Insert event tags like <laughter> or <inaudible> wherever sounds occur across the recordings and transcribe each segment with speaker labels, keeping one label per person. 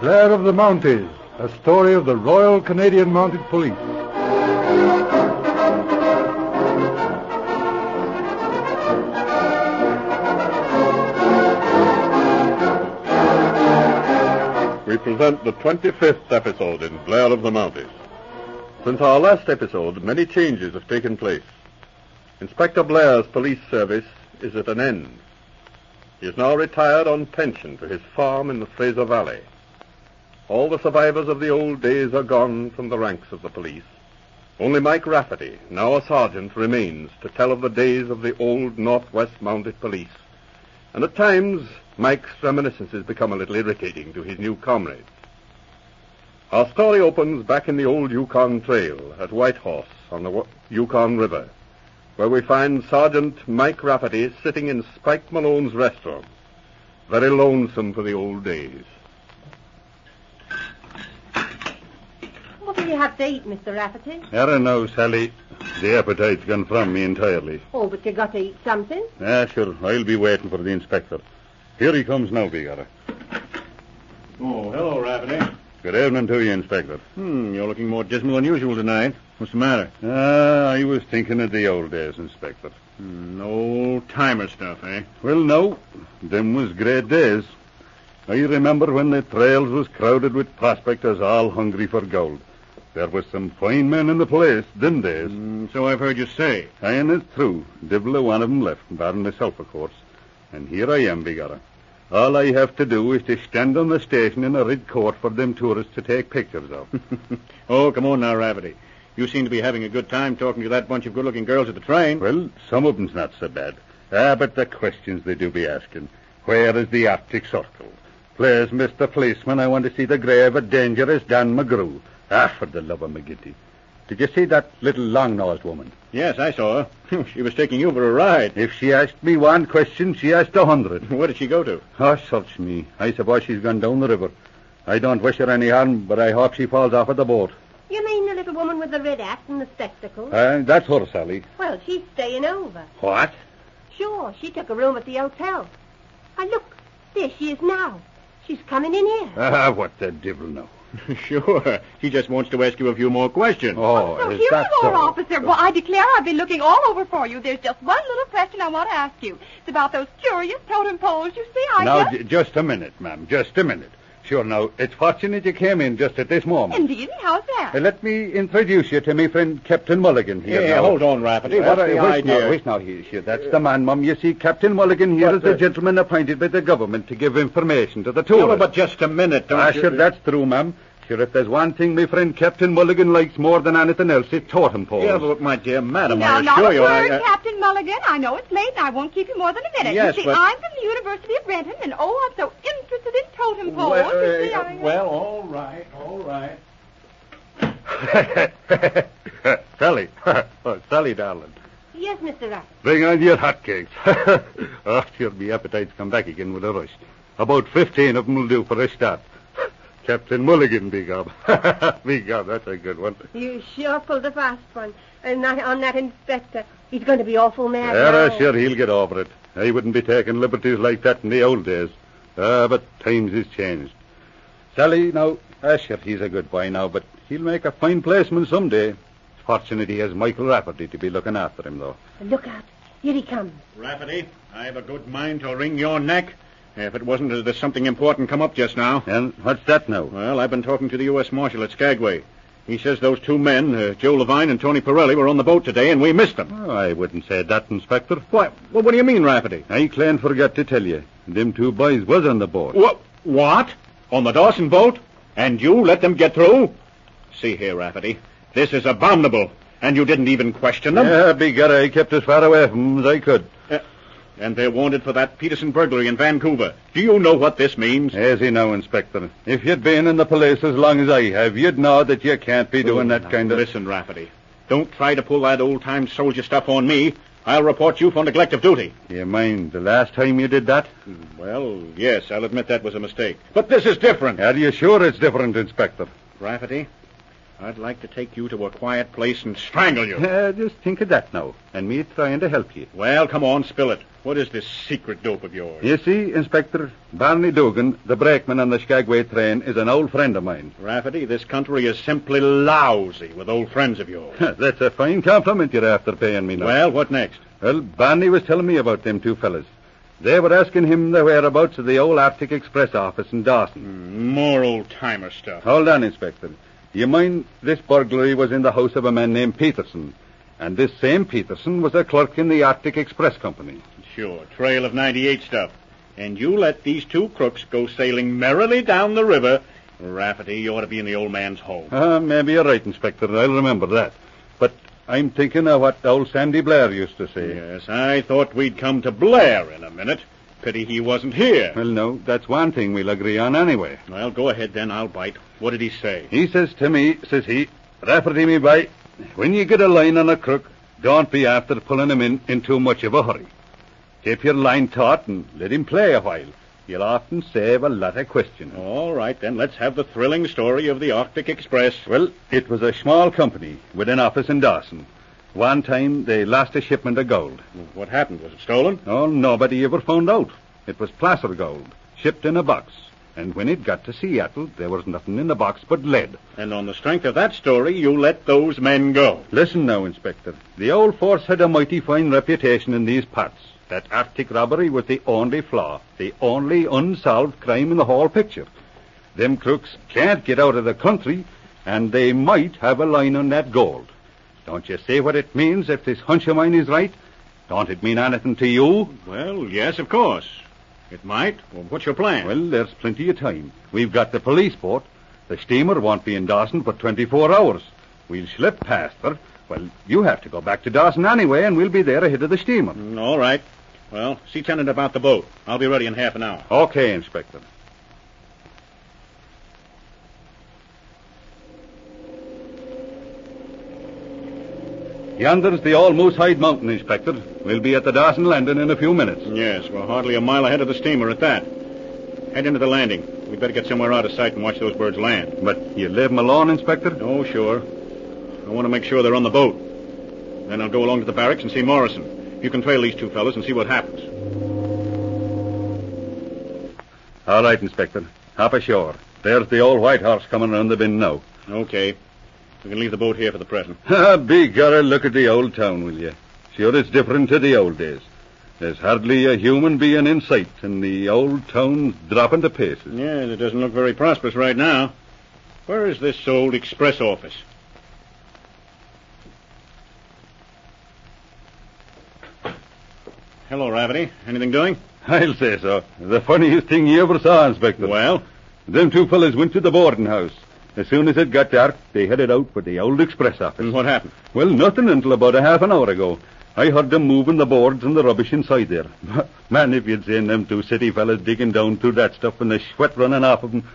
Speaker 1: Blair of the Mounties, a story of the Royal Canadian Mounted Police.
Speaker 2: We present the 25th episode in Blair of the Mounties. Since our last episode, many changes have taken place. Inspector Blair's police service is at an end. He is now retired on pension to his farm in the Fraser Valley. All the survivors of the old days are gone from the ranks of the police. Only Mike Rafferty, now a sergeant, remains to tell of the days of the old Northwest Mounted Police. And at times, Mike's reminiscences become a little irritating to his new comrades. Our story opens back in the old Yukon Trail at Whitehorse on the Wa- Yukon River, where we find Sergeant Mike Rafferty sitting in Spike Malone's restaurant, very lonesome for the old days.
Speaker 3: What will you have to eat, Mr. Rafferty?
Speaker 2: I don't know, Sally. The appetite's gone from me entirely.
Speaker 3: Oh, but you got to eat something.
Speaker 2: Ah, sure. I'll be waiting for the inspector. Here he comes now, Bigara.
Speaker 4: Oh, hello, Rafferty.
Speaker 2: Good evening to you, Inspector.
Speaker 4: Hmm, you're looking more dismal than usual tonight. What's the matter?
Speaker 2: Ah, I was thinking of the old days, Inspector.
Speaker 4: Hmm, old timer stuff, eh?
Speaker 2: Well, no, them was great days. I remember when the trails was crowded with prospectors all hungry for gold. There was some fine men in the place, them days.
Speaker 4: Hmm, so I've heard you say.
Speaker 2: And it's true, divil a one of 'em left, barring myself, of course. And here I am, Bigara. All I have to do is to stand on the station in a red coat for them tourists to take pictures of.
Speaker 4: <laughs> oh, come on now, Rafferty. You seem to be having a good time talking to that bunch of good-looking girls at the train.
Speaker 2: Well, some of 'em's not so bad. Ah, but the questions they do be asking. Where is the Arctic Circle? Where's Mr. Policeman? I want to see the grave of dangerous Dan McGrew. Ah, for the love of McGitty. Did you see that little long-nosed woman?
Speaker 4: Yes, I saw her. <laughs> she was taking you for a ride.
Speaker 2: If she asked me one question, she asked a hundred.
Speaker 4: <laughs> Where did she go to?
Speaker 2: Oh, search me. I suppose she's gone down the river. I don't wish her any harm, but I hope she falls off at the boat.
Speaker 3: You mean the little woman with the red hat and the spectacles?
Speaker 2: Uh, that's her, Sally.
Speaker 3: well, she's staying over.
Speaker 2: What?
Speaker 3: Sure, she took a room at the hotel. And look, there she is now. She's coming in here.
Speaker 2: Ah, what the devil now?
Speaker 4: <laughs> sure. She just wants to ask you a few more questions.
Speaker 2: Oh,
Speaker 5: So
Speaker 2: is
Speaker 5: here
Speaker 2: that
Speaker 5: you are,
Speaker 2: so?
Speaker 5: officer. Well, I declare I've been looking all over for you. There's just one little question I want to ask you. It's about those curious totem poles. You see, I
Speaker 2: now,
Speaker 5: just...
Speaker 2: j- just a minute, ma'am. Just a minute. Sure, now, it's fortunate you came in just at this moment.
Speaker 5: Indeed, and how's that?
Speaker 2: Uh, let me introduce you to my friend Captain Mulligan here.
Speaker 4: Yeah,
Speaker 2: now.
Speaker 4: hold on, Rafferty.
Speaker 2: Uh,
Speaker 4: What's
Speaker 2: wait
Speaker 4: the
Speaker 2: now,
Speaker 4: idea?
Speaker 2: wait now. Here, here. That's the man, Mum. You see, Captain Mulligan here
Speaker 4: But,
Speaker 2: is the
Speaker 4: uh,
Speaker 2: gentleman appointed by the government to give information to the tourists.
Speaker 4: Sure, but just a minute, don't
Speaker 2: ah,
Speaker 4: you?
Speaker 2: sure, that's true, ma'am. Sure, if there's one thing my friend Captain Mulligan likes more than anything else, it's totem poles.
Speaker 4: Yeah, but my dear madam,
Speaker 5: now,
Speaker 4: I
Speaker 5: not
Speaker 4: assure
Speaker 5: a
Speaker 4: you,
Speaker 5: word,
Speaker 4: I... uh,
Speaker 5: Captain Mulligan. I know it's late, and I won't keep you more than a minute.
Speaker 4: Yes,
Speaker 5: you see,
Speaker 4: but-
Speaker 5: I'm from the University of Renton, and oh, I'm so interested in totem poles.
Speaker 4: Well,
Speaker 5: you see,
Speaker 4: uh,
Speaker 5: I...
Speaker 4: well, all right, all right. uh,
Speaker 2: <laughs>
Speaker 4: <laughs>
Speaker 2: Sally, oh, Sally, darling.
Speaker 3: Yes, Mr. Rafferty.
Speaker 2: Bring on your hotcakes. <laughs> oh, sure, me appetite's come back again with a rush. About 15 of 'em will do for a start. <laughs> Captain Mulligan, big <laughs> gob. big gob, that's a good one.
Speaker 3: You sure pulled a fast one. And not on that inspector. He's going to be awful mad.
Speaker 2: Yeah,
Speaker 3: now.
Speaker 2: sure, he'll get over it. I wouldn't be taking liberties like that in the old days. Ah, but times is changed. Sally, now, ah, sure, he's a good boy now, but he'll make a fine placeman someday. It's fortunate he has Michael Rafferty to be looking after him, though.
Speaker 3: Look out. Here he comes.
Speaker 4: Rafferty, I've a good mind to wring your neck. If it wasn't that there's something important come up just now.
Speaker 2: And what's that now?
Speaker 4: Well, I've been talking to the U.S. Marshal at Skagway. He says those two men, uh, Joe Levine and Tony Pirelli, were on the boat today, and we missed them.
Speaker 2: Oh, I wouldn't say that, Inspector.
Speaker 4: Why, well, what do you mean, Rafferty?
Speaker 2: I clan forgot to tell you. Them two boys was on the boat.
Speaker 4: Wha- what? On the Dawson boat? And you let them get through? See here, Rafferty. This is abominable. And you didn't even question them?
Speaker 2: Yeah, big guy, I kept as far away from 'em as I could.
Speaker 4: And they're wanted for that Peterson burglary in Vancouver. Do you know what this means?
Speaker 2: As you know, Inspector, if you'd been in the police as long as I have, you'd know that you can't be doing that
Speaker 4: Now,
Speaker 2: kind of...
Speaker 4: Listen, Rafferty. Don't try to pull that old-time soldier stuff on me. I'll report you for neglect of duty.
Speaker 2: You mind the last time you did that?
Speaker 4: Well, yes, I'll admit that was a mistake. But this is different.
Speaker 2: Are you sure it's different, Inspector?
Speaker 4: Rafferty, I'd like to take you to a quiet place and strangle you. <laughs>
Speaker 2: Uh, just think of that now, and me trying to help you.
Speaker 4: Well, come on, spill it. What is this secret dope of yours?
Speaker 2: You see, Inspector, Barney Dugan, the brakeman on the Skagway train, is an old friend of mine. <laughs>
Speaker 4: Rafferty, this country is simply lousy with old friends of yours.
Speaker 2: That's a fine compliment you're after paying me now.
Speaker 4: well, what next?
Speaker 2: Well, Barney was telling me about them two fellas. They were asking him the whereabouts of the old Arctic Express office in Dawson.
Speaker 4: More old timer stuff.
Speaker 2: Hold on, Inspector. You mind this burglary was in the house of a man named Peterson, and this same Peterson was a clerk in the Arctic Express Company.
Speaker 4: Sure, trail of 98 stuff. And you let these two crooks go sailing merrily down the river. Rafferty, you ought to be in the old man's home.
Speaker 2: Ah, maybe you're right, Inspector. I'll remember that. But I'm thinking of what old Sandy Blair used to say.
Speaker 4: Yes, I thought we'd come to Blair in a minute. Pity he wasn't here.
Speaker 2: Well, no, that's one thing we'll agree on anyway.
Speaker 4: Well, go ahead then, I'll bite. What did he say?
Speaker 2: He says to me, says he, Rafferty, me boy, when you get a line on a crook, don't be after pulling him in in too much of a hurry. Keep your line taut and let him play a while. You'll often save a lot of questioning.
Speaker 4: All right, then, let's have the thrilling story of the Arctic Express.
Speaker 2: Well, it was a small company with an office in Dawson. One time they lost a shipment of gold.
Speaker 4: What happened? Was it stolen?
Speaker 2: Oh, nobody ever found out. It was placer gold, shipped in a box. And when it got to Seattle, there was nothing in the box but lead.
Speaker 4: And on the strength of that story, you let those men go.
Speaker 2: Listen now, Inspector. The old force had a mighty fine reputation in these parts. That Arctic robbery was the only flaw, the only unsolved crime in the whole picture. Them crooks can't get out of the country, and they might have a line on that gold. Don't you see what it means if this hunch of mine is right? Don't it mean anything to you?
Speaker 4: Well, yes, of course. It might. Well, what's your plan?
Speaker 2: Well, there's plenty of time. We've got the police boat. The steamer won't be in Dawson for 24 hours. We'll slip past her. Well, you have to go back to Dawson anyway, and we'll be there ahead of the steamer.
Speaker 4: Mm, All right. Well, see Tennant about the boat. I'll be ready in half an hour.
Speaker 2: Okay, Inspector. Yonder's the All Moosehide Mountain, Inspector. We'll be at the Dawson landing in a few minutes.
Speaker 4: Yes, we're hardly a mile ahead of the steamer at that. Head into the landing. We'd better get somewhere out of sight and watch those birds land.
Speaker 2: But you leave 'em alone, Inspector?
Speaker 4: Oh, sure. I want to make sure they're on the boat. Then I'll go along to the barracks and see Morrison. You can trail these two fellas and see what happens.
Speaker 2: All right, Inspector. Hop ashore. There's the old white horse coming around the bend now.
Speaker 4: Okay. We can leave the boat here for the present.
Speaker 2: <laughs> Ah, begorra, look at the old town, will you? Sure, it's different to the old days. There's hardly a human being in sight, and the old town's dropping to pieces.
Speaker 4: Yes, it doesn't look very prosperous right now. Where is this old express office? Hello, Rafferty. Anything doing?
Speaker 2: I'll say so. The funniest thing you ever saw, Inspector.
Speaker 4: Well,
Speaker 2: Them two fellas went to the boarding house. As soon as it got dark, they headed out for the old express office.
Speaker 4: and what happened?
Speaker 2: Well, nothing until about a half an hour ago. I heard them moving the boards and the rubbish inside there. <laughs> Man, if you'd seen them two city fellas digging down through that stuff and the sweat running off <laughs> of them,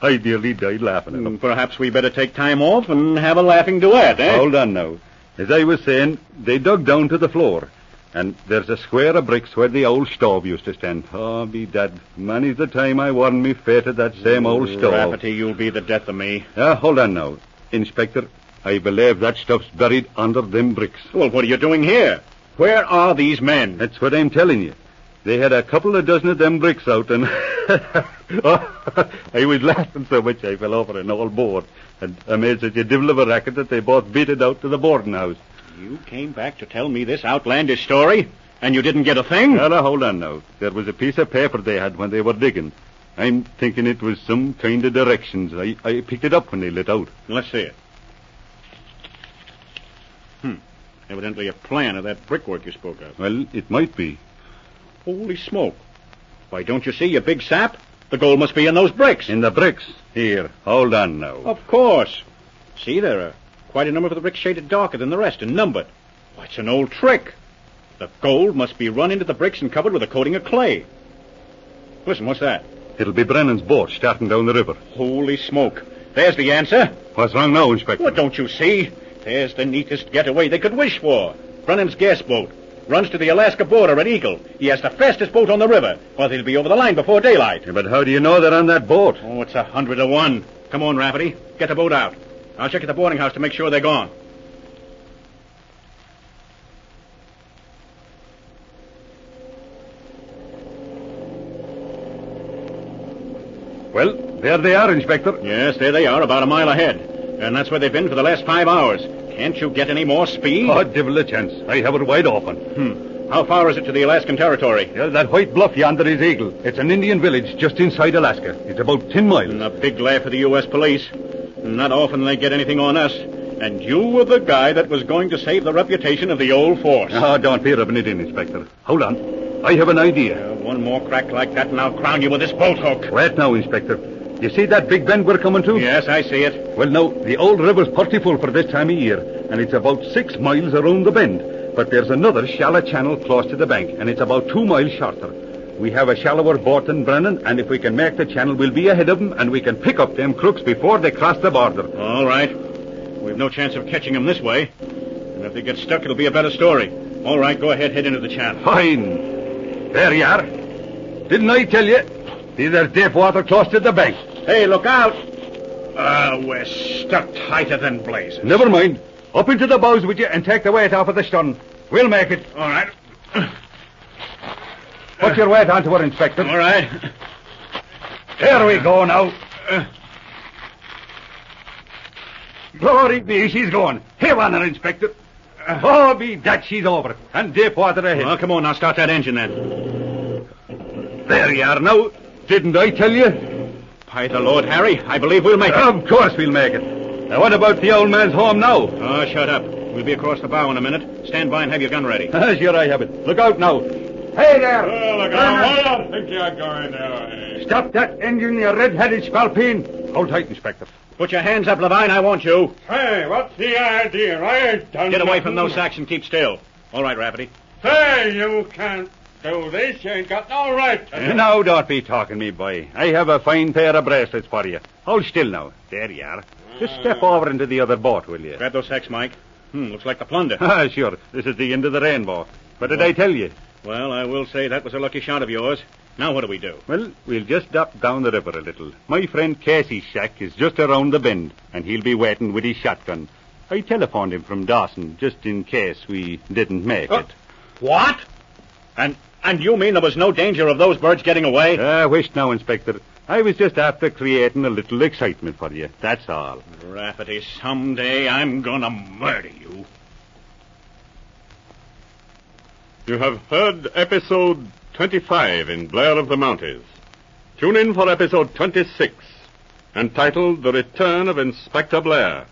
Speaker 2: I nearly died laughing at them.
Speaker 4: Hmm, Perhaps we better take time off and have a laughing duet, eh?
Speaker 2: Hold on now. As I was saying, they dug down to the floor. And there's a square of bricks where the old stove used to stand. Oh, be dad. Many's the time I warned me fate at that same old stove.
Speaker 4: Hmm, Rafferty, you'll be the death of me.
Speaker 2: Ah, hold on now. Inspector, I believe that stuff's buried under them bricks.
Speaker 4: Well, what are you doing here? Where are these men?
Speaker 2: That's what I'm telling you. They had a couple of dozen of them bricks out, and <laughs> Oh, <laughs> I was laughing so much I fell over an old board, and I made such a devil of a racket that they both beat it out to the boarding house.
Speaker 4: You came back to tell me this outlandish story, and you didn't get a thing?
Speaker 2: Now, now, hold on now. There was a piece of paper they had when they were digging. I'm thinking it was some kind of directions. I, I picked it up when they let out.
Speaker 4: Let's see it. Hmm. Evidently a plan of that brickwork you spoke of.
Speaker 2: Well, it might be.
Speaker 4: Holy smoke. Why, don't you see, you big sap? The gold must be in those bricks.
Speaker 2: In the bricks. Here, hold on now.
Speaker 4: Of course. See, there are quite a number of the bricks shaded darker than the rest and numbered. Why, it's an old trick. The gold must be run into the bricks and covered with a coating of clay. Listen, what's that?
Speaker 2: It'll be Brennan's boat starting down the river.
Speaker 4: Holy smoke. There's the answer.
Speaker 2: What's wrong now, Inspector?
Speaker 4: What don't you see? There's the neatest getaway they could wish for. Brennan's gas boat. Runs to the Alaska border at Eagle. He has the fastest boat on the river, or he'll be over the line before daylight.
Speaker 2: Yeah, but how do you know they're on that boat?
Speaker 4: Oh, it's a hundred to one. Come on, Rafferty. Get the boat out. I'll check at the boarding house to make sure they're gone.
Speaker 2: Well, there they are, Inspector.
Speaker 4: Yes, there they are, about a mile ahead. And that's where they've been for the last five hours. Can't you get any more speed?
Speaker 2: Oh, devil a chance. I have it wide open.
Speaker 4: Hmm. How far is it to the Alaskan territory?
Speaker 2: Yeah, that white bluff yonder is Eagle. It's an Indian village just inside Alaska. It's about 10 miles.
Speaker 4: And a big laugh for the U.S. police. Not often they get anything on us. And you were the guy that was going to save the reputation of the old force.
Speaker 2: Ah, don't be rubbing it in, Inspector. Hold on. I have an idea.
Speaker 4: Uh, one more crack like that, and I'll crown you with this bolt hook.
Speaker 2: Right now, Inspector. You see that big bend we're coming to?
Speaker 4: Yes, I see it.
Speaker 2: Well, now, the old river's putty full for this time of year, and it's about six miles around the bend. But there's another shallow channel close to the bank, and it's about two miles shorter. We have a shallower boat than Brennan, and if we can make the channel, we'll be ahead of them, and we can pick up them crooks before they cross the border.
Speaker 4: All right. We've no chance of catching them this way. And if they get stuck, it'll be a better story. All right, go ahead, head into the channel.
Speaker 2: Fine. There you are. Didn't I tell you? See, there's deep water close to the bank.
Speaker 4: Hey, look out! Ah, we're stuck tighter than blazes.
Speaker 2: Never mind. Up into the bows with you and take the weight off of the stern. We'll make it.
Speaker 4: All right.
Speaker 2: Put your weight onto her, Inspector.
Speaker 4: All right.
Speaker 2: There we go now. Glory be, she's gone. Here on her, Inspector. Oh, be that she's over. And deep water ahead.
Speaker 4: Well, come on, now start that engine then.
Speaker 2: There you are now. Didn't I tell you?
Speaker 4: By the Lord Harry, I believe we'll make it.
Speaker 2: Of course we'll make it. Now, what about the old man's home now? <laughs>
Speaker 4: Oh, shut up. We'll be across the bow in a minute. Stand by and have your gun ready.
Speaker 2: Ah, sure, I have it. Look out now. Oh, Hey there!
Speaker 6: don't think you're going there.
Speaker 2: Uh-huh.
Speaker 6: eh?
Speaker 2: Stop that engine, you red-headed spalpeen. Hold tight, Inspector.
Speaker 4: Put your hands up, Levine. I want you.
Speaker 6: Hey, what's the idea? I ain't done
Speaker 4: Get away from those sacks and keep still. All right, Rafferty.
Speaker 6: Hey, you can't do this. You ain't got no right to
Speaker 2: Now, don't be talking, me boy. I have a fine pair of bracelets for you. Hold still now. There you are. Just step over into the other boat, will you?
Speaker 4: Grab those sacks, Mike. Hmm, looks like the plunder.
Speaker 2: <laughs> Ah, sure. This is the end of the rainbow. But did I tell you?
Speaker 4: well, I will say that was a lucky shot of yours. Now what do we do?
Speaker 2: Well, we'll just drop down the river a little. My friend Casey's shack is just around the bend, and he'll be waiting with his shotgun. I telephoned him from Dawson just in case we didn't make
Speaker 4: Oh.
Speaker 2: it.
Speaker 4: What? And and you mean there was no danger of those birds getting away?
Speaker 2: I Ah, wish now, Inspector. I was just after creating a little excitement for you. That's all.
Speaker 4: Rafferty, someday I'm gonna murder you.
Speaker 6: You have heard episode 25 in Blair of the Mounties. Tune in for episode 26, entitled The Return of Inspector Blair.